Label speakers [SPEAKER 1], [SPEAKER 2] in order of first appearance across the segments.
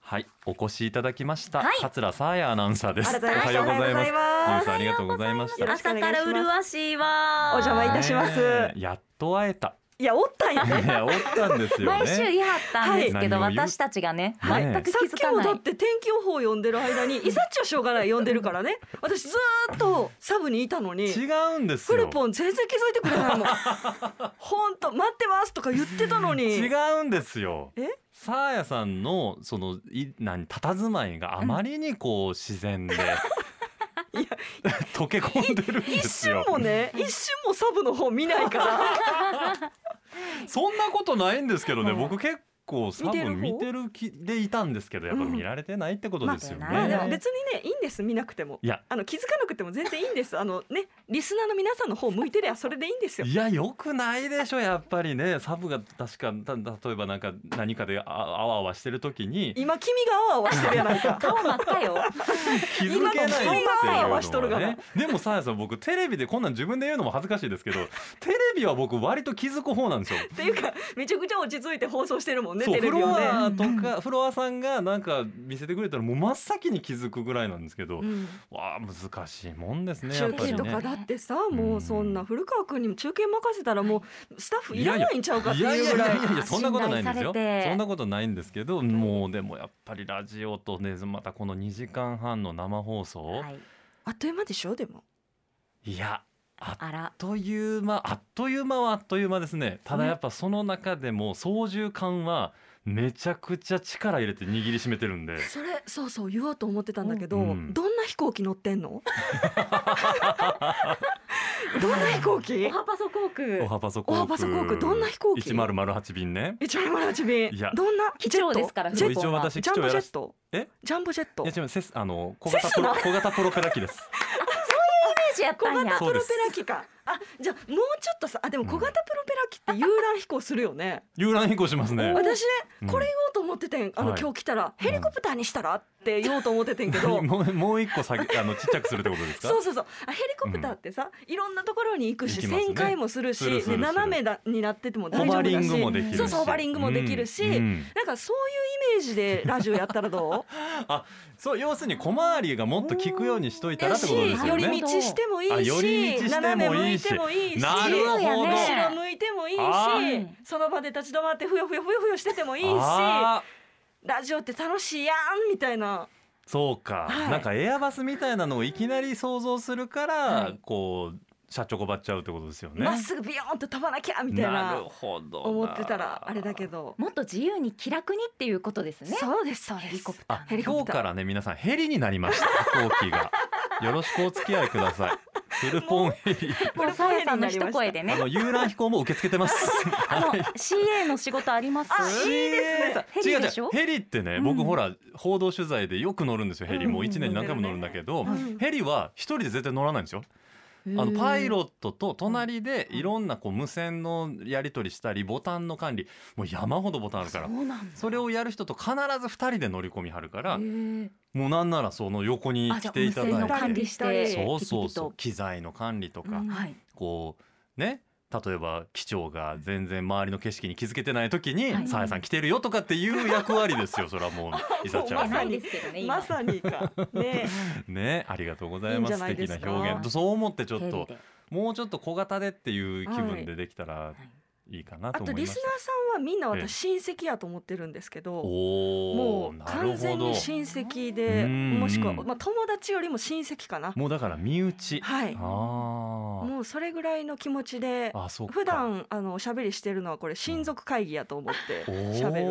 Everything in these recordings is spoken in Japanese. [SPEAKER 1] はい、お越しいただきました、
[SPEAKER 2] はい
[SPEAKER 1] 桂沙耶アナウンサーです。
[SPEAKER 2] ありがとうございます
[SPEAKER 1] ニュースありがとうございました。
[SPEAKER 2] よろしくお
[SPEAKER 3] 朝
[SPEAKER 2] 願い
[SPEAKER 3] か
[SPEAKER 2] します
[SPEAKER 3] ら麗しいわ
[SPEAKER 2] お邪魔いたします
[SPEAKER 1] ねえやっと会えた。
[SPEAKER 2] いやおったんや
[SPEAKER 1] い
[SPEAKER 2] ね
[SPEAKER 1] や、おったんですよね。
[SPEAKER 3] 毎週言い張ったんですけど、
[SPEAKER 1] はい
[SPEAKER 3] 私たちがね
[SPEAKER 1] 何を言う
[SPEAKER 3] 全く
[SPEAKER 2] さ
[SPEAKER 3] 気
[SPEAKER 2] っ
[SPEAKER 3] づ
[SPEAKER 2] き
[SPEAKER 3] か
[SPEAKER 2] も
[SPEAKER 3] ない
[SPEAKER 2] だって天気予報読んでる間にイサッチはしょうがない読んでるか らね私ずーっとサブにいたのに
[SPEAKER 1] 違うんです
[SPEAKER 2] フル
[SPEAKER 1] よ。
[SPEAKER 2] ポン全然気づいてくれないもん ほんと待ってますとか言ってたのに
[SPEAKER 1] 違うんですよ。
[SPEAKER 2] え
[SPEAKER 1] サーヤさんのそのい何佇まいがあまりにこう自然で、
[SPEAKER 2] いや
[SPEAKER 1] 溶け込んでるんで
[SPEAKER 2] 一
[SPEAKER 1] す
[SPEAKER 2] 瞬
[SPEAKER 1] よ。
[SPEAKER 2] もね一瞬もサブの方見ないから
[SPEAKER 1] そんなことないんですけどね。僕結構多
[SPEAKER 2] 見てる方
[SPEAKER 1] 分見てる気でいたんですけど、やっぱ見られてないってことですよね。
[SPEAKER 3] まあ
[SPEAKER 2] まあでも
[SPEAKER 3] ね
[SPEAKER 2] 別にねいいんです見なくても
[SPEAKER 1] いや
[SPEAKER 2] あの気づかなくても全然いいんですあのねリスナーの皆さんの方向いてりゃそれでいいんですよ
[SPEAKER 1] いやよくないでしょやっぱりねサブが確かた例えばなんか何かでああわあわしてる時に
[SPEAKER 2] 今君があわあわしてるやないか
[SPEAKER 3] 顔真っ赤よ
[SPEAKER 1] 気づけないって
[SPEAKER 2] 今の
[SPEAKER 1] い
[SPEAKER 2] 会
[SPEAKER 1] う
[SPEAKER 2] 話会話しと
[SPEAKER 1] の
[SPEAKER 2] る
[SPEAKER 1] が
[SPEAKER 2] が
[SPEAKER 1] ね
[SPEAKER 2] な
[SPEAKER 1] でもさやさん僕テレビでこんなん自分で言うのも恥ずかしいです けどテレビは僕割と気づく方なんですよ。
[SPEAKER 2] っていうかめちゃくちゃ落ち着いて放送してるもんね
[SPEAKER 1] そう
[SPEAKER 2] テレ
[SPEAKER 1] フ
[SPEAKER 2] ビ
[SPEAKER 1] ロ
[SPEAKER 2] をね
[SPEAKER 1] アとかフロアさんがなんか見せてくれたらもう真っ先に気づくぐらいなんですけど、
[SPEAKER 2] うん
[SPEAKER 1] わあ難しいもんですねやっ
[SPEAKER 2] 中
[SPEAKER 1] ぱり
[SPEAKER 2] 継とか
[SPEAKER 1] ね。
[SPEAKER 2] だってさ、もうそんな古川君にも中継任せたらもうスタッフいらないんちゃうかって
[SPEAKER 1] い
[SPEAKER 2] いうぐ
[SPEAKER 1] や
[SPEAKER 2] ら
[SPEAKER 1] いや
[SPEAKER 2] い
[SPEAKER 1] いやいやそんなことないんですよ
[SPEAKER 3] 信頼されて
[SPEAKER 1] そんなことないんですけどもうでもやっぱりラジオとねまたこの2時間半の生放送、
[SPEAKER 3] はい
[SPEAKER 2] あっという間でしょでも
[SPEAKER 1] いやあっ
[SPEAKER 3] あら
[SPEAKER 1] という間あっという間はあっという間ですねただやっぱその中でも操縦感はめちゃくちゃ力入れて握りしめてるんで
[SPEAKER 2] それそうそう言おうと思ってたんだけど、
[SPEAKER 1] うん
[SPEAKER 2] どんな飛行機乗って んのどんな飛行機
[SPEAKER 3] おはパソ航空
[SPEAKER 1] おはパソ航空
[SPEAKER 2] おはパソ航空どんな飛行機
[SPEAKER 1] 1008便ね
[SPEAKER 2] 1008
[SPEAKER 1] いや
[SPEAKER 2] 便どんな
[SPEAKER 3] 機
[SPEAKER 2] ジェッ
[SPEAKER 3] 長
[SPEAKER 2] ト
[SPEAKER 3] ですから
[SPEAKER 2] ジェット
[SPEAKER 1] 一応私
[SPEAKER 2] ジャンボジェ
[SPEAKER 1] ら
[SPEAKER 2] ット
[SPEAKER 1] え
[SPEAKER 2] ジャンボジェット
[SPEAKER 1] いや違うセスあの小型プロ小型プロペラ機です
[SPEAKER 3] ージやっ
[SPEAKER 2] 小
[SPEAKER 3] たんや
[SPEAKER 2] 型プ
[SPEAKER 1] そう
[SPEAKER 2] ロペ
[SPEAKER 1] です
[SPEAKER 2] ラ機かあじゃあもうちょっとさあでも小型プロペラ機って遊覧飛行するよね
[SPEAKER 1] 遊覧飛行しますね
[SPEAKER 2] 私ね、
[SPEAKER 1] うん
[SPEAKER 2] これ言おうと思っててんあの、
[SPEAKER 1] はい
[SPEAKER 2] 今日来たらヘリコプターにしたらって言おうと思っててんけ ど
[SPEAKER 1] もうもう一個下げあのちっちゃくするってことですか
[SPEAKER 2] そうそうそうあヘリコプターってさ、いろんなところに行く
[SPEAKER 1] 行
[SPEAKER 2] し
[SPEAKER 1] きますね
[SPEAKER 2] 旋回もするし
[SPEAKER 1] するするする
[SPEAKER 2] ね斜めだになってても
[SPEAKER 1] ホ
[SPEAKER 2] 大丈
[SPEAKER 1] バ
[SPEAKER 2] 夫
[SPEAKER 1] リ
[SPEAKER 2] だ
[SPEAKER 1] ン
[SPEAKER 2] し
[SPEAKER 1] グもできるし
[SPEAKER 2] そうそうホバリングもできるし、
[SPEAKER 1] うんうん
[SPEAKER 2] なんかそういうイメージでラジオやったらどう
[SPEAKER 1] そう要するに小回りがもっと効くようにしといたらってことで
[SPEAKER 2] や
[SPEAKER 1] す
[SPEAKER 2] し
[SPEAKER 1] よ
[SPEAKER 2] 寄
[SPEAKER 1] ね
[SPEAKER 2] り道してもいい
[SPEAKER 1] あ
[SPEAKER 2] し
[SPEAKER 1] 寄り道してもいいし
[SPEAKER 2] 斜め向いてもいいし
[SPEAKER 1] なるほ
[SPEAKER 3] 自由
[SPEAKER 1] ど、
[SPEAKER 3] やね
[SPEAKER 2] 後ろ向いてもいいし
[SPEAKER 1] あ
[SPEAKER 3] ー
[SPEAKER 2] その場で立ち止まってふよふよふよふよしててもいいし
[SPEAKER 1] あ
[SPEAKER 2] ラジオって楽しいやんみたいな
[SPEAKER 1] ーそうか、
[SPEAKER 2] はい
[SPEAKER 1] なんかエアバスみたいなのをいきなり想像するから、
[SPEAKER 3] はい
[SPEAKER 1] こう社長こばっちゃうってことですよね
[SPEAKER 2] ま、っすぐビヨーンと飛ばなきゃみたい
[SPEAKER 1] る
[SPEAKER 2] な
[SPEAKER 1] ほどな
[SPEAKER 2] 思ってたらあれだけど、
[SPEAKER 3] もっと自由に気楽にっていうことですね
[SPEAKER 2] そうですそう
[SPEAKER 3] ヘ
[SPEAKER 2] で
[SPEAKER 3] リ
[SPEAKER 2] す
[SPEAKER 3] コプター
[SPEAKER 1] あ
[SPEAKER 3] の
[SPEAKER 2] ヘリコ
[SPEAKER 1] 今
[SPEAKER 2] プター
[SPEAKER 1] 日からね皆さんヘリになりま した飛行機がよろしくお付き合いくださいフルポンヘリ
[SPEAKER 3] もうさやさんの一声で
[SPEAKER 1] あ
[SPEAKER 3] ね
[SPEAKER 1] の遊覧飛行も受け付けてます
[SPEAKER 3] あの CA の仕事あります
[SPEAKER 2] あいいですね
[SPEAKER 3] ヘリでしょ
[SPEAKER 1] 違う違うヘリってね、
[SPEAKER 3] うん
[SPEAKER 1] 僕ほら報道取材でよく乗るんですよヘリ、もう1年に何回も乗るんだけど、
[SPEAKER 2] うん
[SPEAKER 1] ヘリは一人で絶対乗らないんですよあのパイロットと隣でいろんなこう無線のやり取りしたりボタンの管理もう山ほどボタンあるから
[SPEAKER 3] そうなんだ
[SPEAKER 1] それをやる人と必ず2人で乗り込みはるから
[SPEAKER 3] へー
[SPEAKER 1] もうなんならその横に
[SPEAKER 3] あじ
[SPEAKER 1] 来
[SPEAKER 3] ゃあ
[SPEAKER 1] ていた
[SPEAKER 3] 無線の
[SPEAKER 1] だ
[SPEAKER 3] 管
[SPEAKER 1] い
[SPEAKER 3] 理
[SPEAKER 1] て
[SPEAKER 3] して
[SPEAKER 1] そうそう
[SPEAKER 3] ピピピと
[SPEAKER 1] そう機材の管理と
[SPEAKER 2] う
[SPEAKER 1] か
[SPEAKER 2] ん
[SPEAKER 3] はい
[SPEAKER 1] こうね例えば機長が全然周りの景色に気づけてない時
[SPEAKER 3] は
[SPEAKER 1] に「
[SPEAKER 3] い
[SPEAKER 1] さやさん来てるよ」とかっていう役割ですよそれはも ういさちゃ
[SPEAKER 2] ま
[SPEAKER 1] ん
[SPEAKER 2] さ
[SPEAKER 1] が
[SPEAKER 3] な
[SPEAKER 2] に
[SPEAKER 3] いですけどね今
[SPEAKER 2] まさにか ね
[SPEAKER 1] ねありがとうございます
[SPEAKER 2] いいんじゃないですか
[SPEAKER 1] 素敵な表現そう思ってちょっ
[SPEAKER 3] ヘ
[SPEAKER 1] と
[SPEAKER 3] リで
[SPEAKER 1] もうちょっと小型でっていう気
[SPEAKER 2] は
[SPEAKER 1] 分
[SPEAKER 2] い
[SPEAKER 1] でできたら
[SPEAKER 3] い
[SPEAKER 1] いいかな
[SPEAKER 2] あ
[SPEAKER 1] と
[SPEAKER 2] と
[SPEAKER 1] 思い
[SPEAKER 2] リ
[SPEAKER 1] ま
[SPEAKER 2] スナ
[SPEAKER 1] し
[SPEAKER 2] ー
[SPEAKER 1] た。
[SPEAKER 2] さんはみんな
[SPEAKER 1] ええ
[SPEAKER 2] 私親戚やと思ってるんですけど
[SPEAKER 1] お
[SPEAKER 2] も
[SPEAKER 1] お
[SPEAKER 2] う
[SPEAKER 1] な
[SPEAKER 2] 完
[SPEAKER 1] るほ
[SPEAKER 2] 全
[SPEAKER 1] ど
[SPEAKER 2] に親戚で
[SPEAKER 1] うん
[SPEAKER 2] もしくは、まあ、友達よりも親戚かな
[SPEAKER 1] もうだから身内
[SPEAKER 2] は
[SPEAKER 1] あ
[SPEAKER 2] い
[SPEAKER 1] ー
[SPEAKER 2] もうそれぐらいの気持ちで
[SPEAKER 1] あそうか
[SPEAKER 2] 普段あのおしゃべりしてるのはこれ親族会議やと思ってしゃべるっていう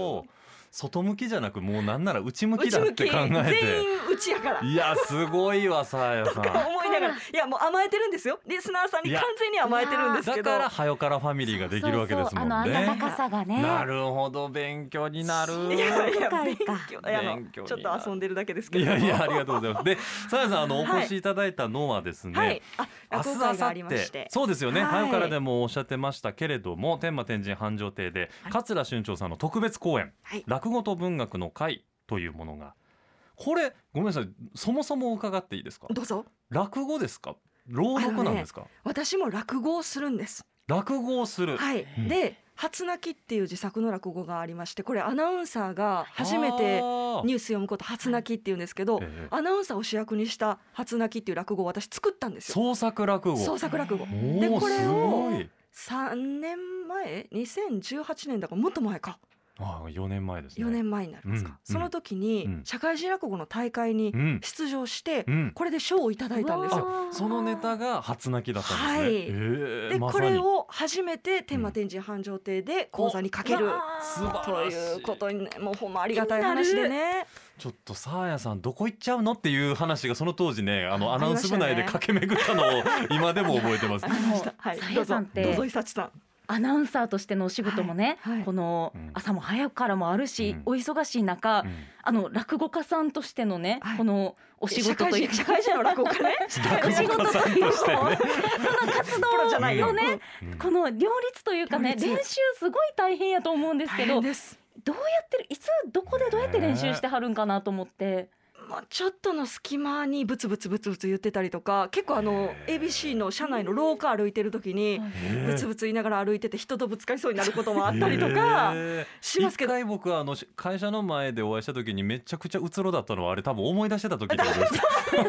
[SPEAKER 1] おー外向きじゃなくもうなんなら内向き
[SPEAKER 2] 内
[SPEAKER 1] だっ
[SPEAKER 2] 向き
[SPEAKER 1] て考
[SPEAKER 2] 全員
[SPEAKER 1] え
[SPEAKER 2] うちやから
[SPEAKER 1] ていやすごいわさあやさん
[SPEAKER 2] とか思いながらいやもう甘えてるんですよリスナーさんに完全に甘えてるんです
[SPEAKER 1] だ
[SPEAKER 2] けど
[SPEAKER 1] から「はよからファミリー」ができるわけですもん
[SPEAKER 3] そうそうあの温
[SPEAKER 1] ね。
[SPEAKER 3] かさがね
[SPEAKER 1] なるほど勉強になる。
[SPEAKER 2] いやいや勉強いやあの
[SPEAKER 1] 勉強に
[SPEAKER 2] ち
[SPEAKER 1] な
[SPEAKER 2] ょ
[SPEAKER 1] る
[SPEAKER 2] っと遊んでるだけですけ
[SPEAKER 1] い
[SPEAKER 2] ども
[SPEAKER 1] やいやありがとうございます。でさやさんあのお
[SPEAKER 2] はい
[SPEAKER 1] 越しいただいたのはですね、
[SPEAKER 2] はいあ
[SPEAKER 1] 明
[SPEAKER 2] 落
[SPEAKER 1] 日明
[SPEAKER 2] 語会が
[SPEAKER 1] 後
[SPEAKER 2] ありまし
[SPEAKER 1] 日
[SPEAKER 2] て
[SPEAKER 1] そうですよね、
[SPEAKER 2] はい
[SPEAKER 1] はよからでもおっしゃってましたけれども天満天神繁盛亭で、
[SPEAKER 3] はい
[SPEAKER 1] 桂春長さんの特別公演、
[SPEAKER 2] はい
[SPEAKER 1] 落語と文学の会というものがこれごめんなさいそもそも伺っていいですか
[SPEAKER 2] どうぞ
[SPEAKER 1] 落語ですか朗読なんですか、
[SPEAKER 2] 私も落語をするんです
[SPEAKER 1] 落語をする、
[SPEAKER 2] はい
[SPEAKER 1] うん
[SPEAKER 2] で初泣きっていう自作の落語がありましてこれアナウンサーが初めてニュース読むこと初泣きっていうんですけど
[SPEAKER 1] ええ
[SPEAKER 2] アナウンサーを主役にした初泣きっていう落語を私作ったんですよ
[SPEAKER 1] 創作落語
[SPEAKER 2] 創作落語
[SPEAKER 1] おー
[SPEAKER 2] でこれを
[SPEAKER 1] すごい
[SPEAKER 2] 3年前2018年だからもっと前か
[SPEAKER 1] ああ4年前ですね
[SPEAKER 2] 4年前になりますか、
[SPEAKER 1] うん
[SPEAKER 2] その時
[SPEAKER 1] う
[SPEAKER 2] に
[SPEAKER 1] ん
[SPEAKER 2] 社会人落語の大会に
[SPEAKER 1] うん
[SPEAKER 2] 出場して
[SPEAKER 1] うん
[SPEAKER 2] これで賞をいただいたんですよ
[SPEAKER 1] あそのネタが初泣きだったん
[SPEAKER 2] はい
[SPEAKER 1] ですね、ええ
[SPEAKER 2] で
[SPEAKER 1] ま
[SPEAKER 2] こ
[SPEAKER 1] さに
[SPEAKER 2] れを初めて天満天神繁盛亭で講座にかける
[SPEAKER 1] 素晴
[SPEAKER 2] と
[SPEAKER 1] らし
[SPEAKER 2] いう
[SPEAKER 1] い
[SPEAKER 2] ことにねもうほんまありがたい話でね
[SPEAKER 1] ちょっとサーヤさんどこ行っちゃうのっていう話がその当時ねあの
[SPEAKER 2] あ
[SPEAKER 1] アナウンス部内で
[SPEAKER 2] あり
[SPEAKER 1] 駆け巡ったのを今でも覚えて ます
[SPEAKER 3] あの
[SPEAKER 2] はい
[SPEAKER 3] さ
[SPEAKER 2] ど
[SPEAKER 3] や
[SPEAKER 2] うぞ
[SPEAKER 3] さんって
[SPEAKER 2] どうぞ久地さん
[SPEAKER 3] アナウンサーとしてのお仕事もね、
[SPEAKER 2] はいはい
[SPEAKER 3] この
[SPEAKER 1] うん
[SPEAKER 3] 朝も早くからもあるし、
[SPEAKER 1] うん
[SPEAKER 3] お忙しい中、
[SPEAKER 1] うん
[SPEAKER 3] あの落語家さんとしてのね、
[SPEAKER 2] はい
[SPEAKER 3] このお仕
[SPEAKER 2] 社
[SPEAKER 3] 事
[SPEAKER 2] 会
[SPEAKER 3] とい
[SPEAKER 2] 人
[SPEAKER 3] う
[SPEAKER 2] 社会人の落語家ね
[SPEAKER 1] 落語家さんとしてね
[SPEAKER 3] 活動
[SPEAKER 2] プロじゃないよ
[SPEAKER 3] のね、
[SPEAKER 1] うん
[SPEAKER 3] この両立というかね
[SPEAKER 2] 両立
[SPEAKER 3] 練習すごい大変やと思うんですけ
[SPEAKER 2] 大
[SPEAKER 3] ど
[SPEAKER 2] 変です
[SPEAKER 3] どうやってるいつどこでどうやって練習してはるんかなと思って、
[SPEAKER 2] まあちょっとの隙間にブツブツブツブツ言ってたりとか結構あの
[SPEAKER 1] へー
[SPEAKER 2] ABC の社内の廊下歩いてる時に
[SPEAKER 1] ええ
[SPEAKER 2] ブツブツ言いながら歩いてて人とぶつかりそうになることもあったりとか
[SPEAKER 1] ええ
[SPEAKER 2] しますけど
[SPEAKER 1] 一回僕はあのし会社の前でお会いした時にめちゃくちゃうつろだったのはあれ多分思い出してた時だと 思います。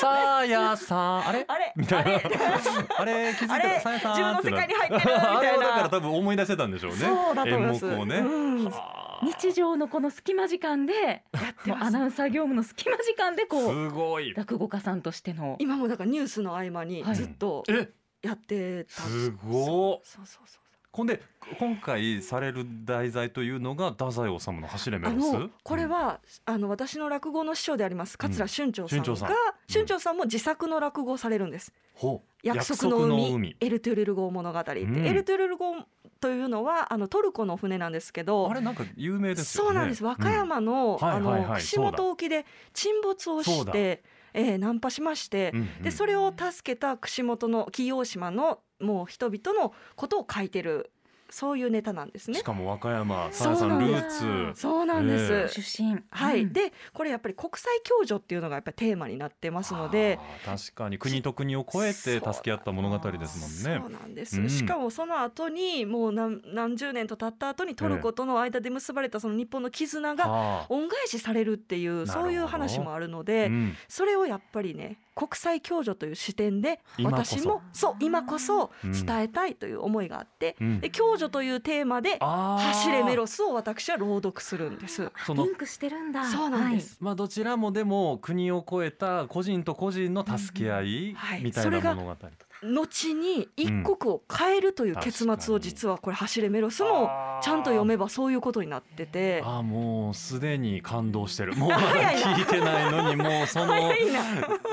[SPEAKER 1] さあやさんあれ
[SPEAKER 2] あれ
[SPEAKER 1] みたいな あれ気づい
[SPEAKER 2] あ
[SPEAKER 1] た
[SPEAKER 2] れ
[SPEAKER 1] らさやさん
[SPEAKER 2] 自分の世界に入ってるみ
[SPEAKER 1] ってなあれ
[SPEAKER 2] たい
[SPEAKER 1] はだから
[SPEAKER 2] な
[SPEAKER 1] 多分思い出してたんでしょうね。
[SPEAKER 2] そうだと思います
[SPEAKER 1] 演目をね。
[SPEAKER 2] うん
[SPEAKER 1] はあ
[SPEAKER 3] 日常のこの隙間時間で
[SPEAKER 2] やって
[SPEAKER 3] もう
[SPEAKER 2] ま
[SPEAKER 3] ア
[SPEAKER 2] す
[SPEAKER 3] ナウンサー業務の隙間時間でこう
[SPEAKER 1] すごい。
[SPEAKER 3] 落語家さんとしての
[SPEAKER 2] 今もだからニュースの合間に
[SPEAKER 3] はい
[SPEAKER 2] ずっと
[SPEAKER 1] え
[SPEAKER 2] やってた、
[SPEAKER 1] すごっ
[SPEAKER 2] そうそうそうそう
[SPEAKER 1] ほんで今回される題材というのが太宰治の走れメ
[SPEAKER 2] あ
[SPEAKER 1] ロ
[SPEAKER 2] の
[SPEAKER 1] ス。
[SPEAKER 2] これは、あの私の落語の師匠であります桂春長さん
[SPEAKER 1] 春
[SPEAKER 2] が、
[SPEAKER 1] 蝶さん
[SPEAKER 2] 春長さんも自作の落語をされるんです
[SPEAKER 1] ほう
[SPEAKER 2] 約束の海エルトゥルル号物語って、
[SPEAKER 1] うん
[SPEAKER 2] エルトゥルル号というのはあのトルコの船なんですけど
[SPEAKER 1] あれなんか有名ですよね。
[SPEAKER 2] そうなんです和歌山の,、
[SPEAKER 1] うんはいはいはい
[SPEAKER 2] あの串本沖で沈没を
[SPEAKER 1] そう
[SPEAKER 2] し
[SPEAKER 1] だ
[SPEAKER 2] て、えー、難破しまして、
[SPEAKER 1] うん。うんうん
[SPEAKER 2] でそれを助けた串本の紀伊大島のもう人々のことを書いてるそういうネタなんですね
[SPEAKER 1] し。かも和歌山
[SPEAKER 2] そ
[SPEAKER 1] さ
[SPEAKER 2] う
[SPEAKER 1] やさ
[SPEAKER 2] なん
[SPEAKER 1] ん
[SPEAKER 2] で
[SPEAKER 1] ル
[SPEAKER 2] す
[SPEAKER 1] ーツ
[SPEAKER 2] そうなんです、
[SPEAKER 1] え
[SPEAKER 3] 出身
[SPEAKER 2] はい、
[SPEAKER 3] うん
[SPEAKER 2] でこれやっぱり国際共助っていうのがやっぱりテーマになってますので。
[SPEAKER 1] あー確かに国と国を越えて助け合った物語ですもん
[SPEAKER 2] そう
[SPEAKER 1] ね
[SPEAKER 2] なんです、
[SPEAKER 1] うん
[SPEAKER 2] しかもその後にもう何何十年と経った後にトルコとの間で結ばれたその日本の絆が
[SPEAKER 1] はあ
[SPEAKER 2] 恩返しされるってい
[SPEAKER 1] な
[SPEAKER 2] う
[SPEAKER 1] るほど
[SPEAKER 2] そういう話もあるので、
[SPEAKER 1] うん
[SPEAKER 2] それをやっぱりね国際共助という視点で
[SPEAKER 1] 今こそ
[SPEAKER 2] 私もそう今こそ
[SPEAKER 1] うん
[SPEAKER 2] 伝えたいという思いがあって、
[SPEAKER 1] うん
[SPEAKER 2] で共助というテーマで「
[SPEAKER 1] あー
[SPEAKER 2] 走れメロス」を私は朗読するんです。
[SPEAKER 1] そ
[SPEAKER 3] リ
[SPEAKER 1] の
[SPEAKER 3] ンクしてるんだ
[SPEAKER 2] そうなんです、
[SPEAKER 1] まあどちらもでも国を越えた個人と個人の助け合
[SPEAKER 2] ん
[SPEAKER 1] い
[SPEAKER 2] はい
[SPEAKER 1] みたい
[SPEAKER 2] それ
[SPEAKER 1] な
[SPEAKER 2] が
[SPEAKER 1] 物語、
[SPEAKER 2] 後に一国を変えるという結末を実はこれ「走れメロス」もちゃんと読めばそういうことになってて
[SPEAKER 1] あーもうすでに感動してる もうまだ
[SPEAKER 2] 早いな
[SPEAKER 1] 聞いてないのにもうその
[SPEAKER 2] いいな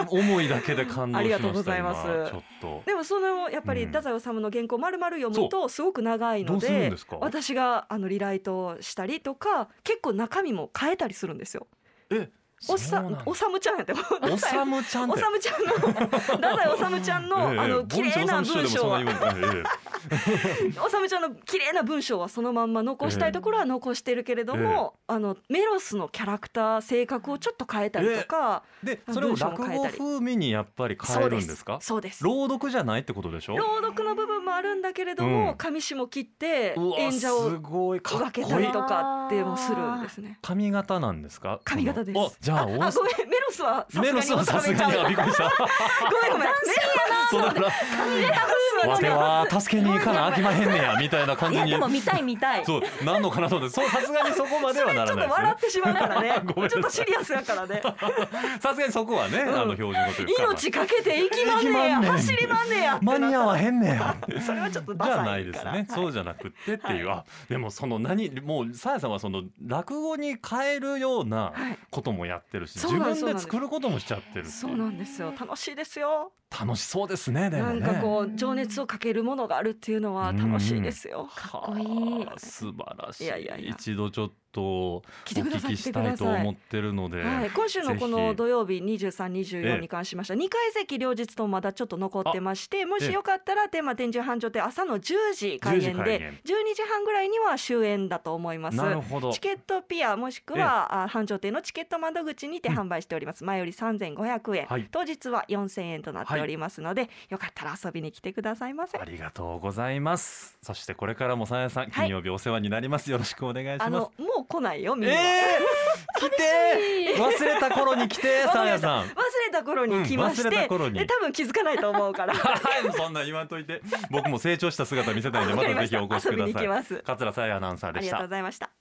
[SPEAKER 1] 思いだけで感動しました
[SPEAKER 2] ありがとうございます
[SPEAKER 1] 今ちょっと
[SPEAKER 2] でもそのやっぱり
[SPEAKER 1] うん
[SPEAKER 2] 太宰治の原稿丸々読むとすごく長い
[SPEAKER 1] ど
[SPEAKER 2] の
[SPEAKER 1] うするん
[SPEAKER 2] で
[SPEAKER 1] ですか
[SPEAKER 2] 私があのリライトしたりとか結構中身も変えたりするんですよ。
[SPEAKER 1] え
[SPEAKER 2] おさお
[SPEAKER 1] お
[SPEAKER 2] さむちゃんやってお
[SPEAKER 1] さむちゃんって
[SPEAKER 2] さむち ゃんの太宰治ちゃんの
[SPEAKER 1] ええ
[SPEAKER 2] あの綺麗な文章は
[SPEAKER 1] ボンジョーさんの師匠でもそんな言うんだええ
[SPEAKER 2] おさむちゃんの綺麗な文章はそのまんま残したいところは残してるけれども、あのメロスのキャラクター性格をちょっと変えたりとか、
[SPEAKER 1] で
[SPEAKER 2] あ
[SPEAKER 1] それを
[SPEAKER 2] 文章も
[SPEAKER 1] 落
[SPEAKER 2] 変え
[SPEAKER 1] 語
[SPEAKER 2] たり
[SPEAKER 1] 風味にやっぱり変
[SPEAKER 2] そ
[SPEAKER 1] え
[SPEAKER 2] う
[SPEAKER 1] る
[SPEAKER 2] で
[SPEAKER 1] ん
[SPEAKER 2] す
[SPEAKER 1] ですか
[SPEAKER 2] そうです
[SPEAKER 1] 朗読じゃないってことでしょ
[SPEAKER 2] 朗読の部分もあるんだけれども、
[SPEAKER 1] うん
[SPEAKER 2] 紙紙も切って
[SPEAKER 1] うわ
[SPEAKER 2] 演者
[SPEAKER 1] す
[SPEAKER 2] を
[SPEAKER 1] ごいか
[SPEAKER 2] 分
[SPEAKER 1] っ
[SPEAKER 2] け
[SPEAKER 1] こ
[SPEAKER 2] た
[SPEAKER 1] いい
[SPEAKER 2] りとかっていうのをするんですね。
[SPEAKER 1] 髪型なんですか
[SPEAKER 2] 髪型です
[SPEAKER 1] おじゃあ
[SPEAKER 2] ああ
[SPEAKER 1] お
[SPEAKER 2] ごめんメロスはさすが
[SPEAKER 1] メ
[SPEAKER 2] に
[SPEAKER 1] ロスはさすがに
[SPEAKER 2] 収
[SPEAKER 1] あびっ
[SPEAKER 2] めちゃ
[SPEAKER 1] くりした
[SPEAKER 2] うごめんごめん
[SPEAKER 1] そうだからわては助けに行かなあきまへんねやみたいな感
[SPEAKER 3] い
[SPEAKER 1] じ
[SPEAKER 3] や
[SPEAKER 1] に
[SPEAKER 3] でも見たい見たい
[SPEAKER 1] そうなんのかなと思ってそうさすがにそこまではな
[SPEAKER 2] ち
[SPEAKER 1] ら
[SPEAKER 2] ょっ
[SPEAKER 1] ないです
[SPEAKER 2] と笑
[SPEAKER 1] ね
[SPEAKER 2] ってしまうからね
[SPEAKER 1] ごめんなさい
[SPEAKER 2] ちょっとシリアスだからね
[SPEAKER 1] さすがにそこはねあ
[SPEAKER 2] ん
[SPEAKER 1] の標準語というか
[SPEAKER 2] 命かけて生きまんね
[SPEAKER 1] 生きまん
[SPEAKER 2] や
[SPEAKER 1] ねん
[SPEAKER 2] 走りまんねやってな
[SPEAKER 1] 間
[SPEAKER 2] ったら
[SPEAKER 1] に合わへんねや
[SPEAKER 2] それはちょっと
[SPEAKER 1] じ
[SPEAKER 2] ダ
[SPEAKER 1] ゃ
[SPEAKER 2] サいから
[SPEAKER 1] ないですね、そうじゃなくってっていう、あでもその何もうさやさんはその落語に変えるような
[SPEAKER 2] はい
[SPEAKER 1] こともやってるし、
[SPEAKER 2] そうなんで
[SPEAKER 1] 自
[SPEAKER 2] す
[SPEAKER 1] 分で作ることもしちゃってる
[SPEAKER 2] そうなんですよ楽しいですよ、
[SPEAKER 1] 楽しそうですねで
[SPEAKER 2] な
[SPEAKER 1] も
[SPEAKER 2] ん
[SPEAKER 1] ね
[SPEAKER 2] かこう情熱をかけるものがあるっていうのは楽しいですよ、
[SPEAKER 1] か
[SPEAKER 3] っこいい
[SPEAKER 1] 素晴らしい
[SPEAKER 2] いやいやいや
[SPEAKER 1] 一度ちょっとお
[SPEAKER 2] 来てくださ
[SPEAKER 1] 聞
[SPEAKER 2] い
[SPEAKER 1] きしたいと思ってるので、
[SPEAKER 2] はい、今週のこ
[SPEAKER 1] ぜ
[SPEAKER 2] の
[SPEAKER 1] ひ
[SPEAKER 2] 土曜日23、
[SPEAKER 1] え
[SPEAKER 2] 24
[SPEAKER 1] え
[SPEAKER 2] に関しましては2階席両日ともまだちょっと残ってましてもしよかったらテーマ展示繁盛って朝の10時開演
[SPEAKER 1] 10時開演
[SPEAKER 2] で12時半ぐらいには終演だと思います
[SPEAKER 1] な。るほど
[SPEAKER 2] チケットピアもしくはあ繁盛店のチケット窓口にて販売しております、前より3500円、
[SPEAKER 1] はい
[SPEAKER 2] 当日は4000円となっておりますので、よかったら遊びに来てくださいませ
[SPEAKER 1] あ。りがとうございますそしてこれからもさやさん金曜日お世話になります、よろしくお願いしま
[SPEAKER 2] あ
[SPEAKER 1] す
[SPEAKER 2] のもう来ないよみん
[SPEAKER 1] え
[SPEAKER 2] な、
[SPEAKER 1] ー、来て忘れた頃に来てさやさん
[SPEAKER 2] 忘れた頃に来まして、
[SPEAKER 1] うん忘れた頃に
[SPEAKER 2] で多分気づかないと思 うから。
[SPEAKER 1] はいそんな言わんといて僕も成長した姿見せたいのでまたぜひお越しく
[SPEAKER 2] 遊び
[SPEAKER 1] だ
[SPEAKER 2] に行
[SPEAKER 1] さ
[SPEAKER 2] き
[SPEAKER 1] い
[SPEAKER 2] ます。
[SPEAKER 1] 桂さやアナウンサー
[SPEAKER 2] あ
[SPEAKER 1] で
[SPEAKER 2] り
[SPEAKER 1] した
[SPEAKER 2] がとうございました。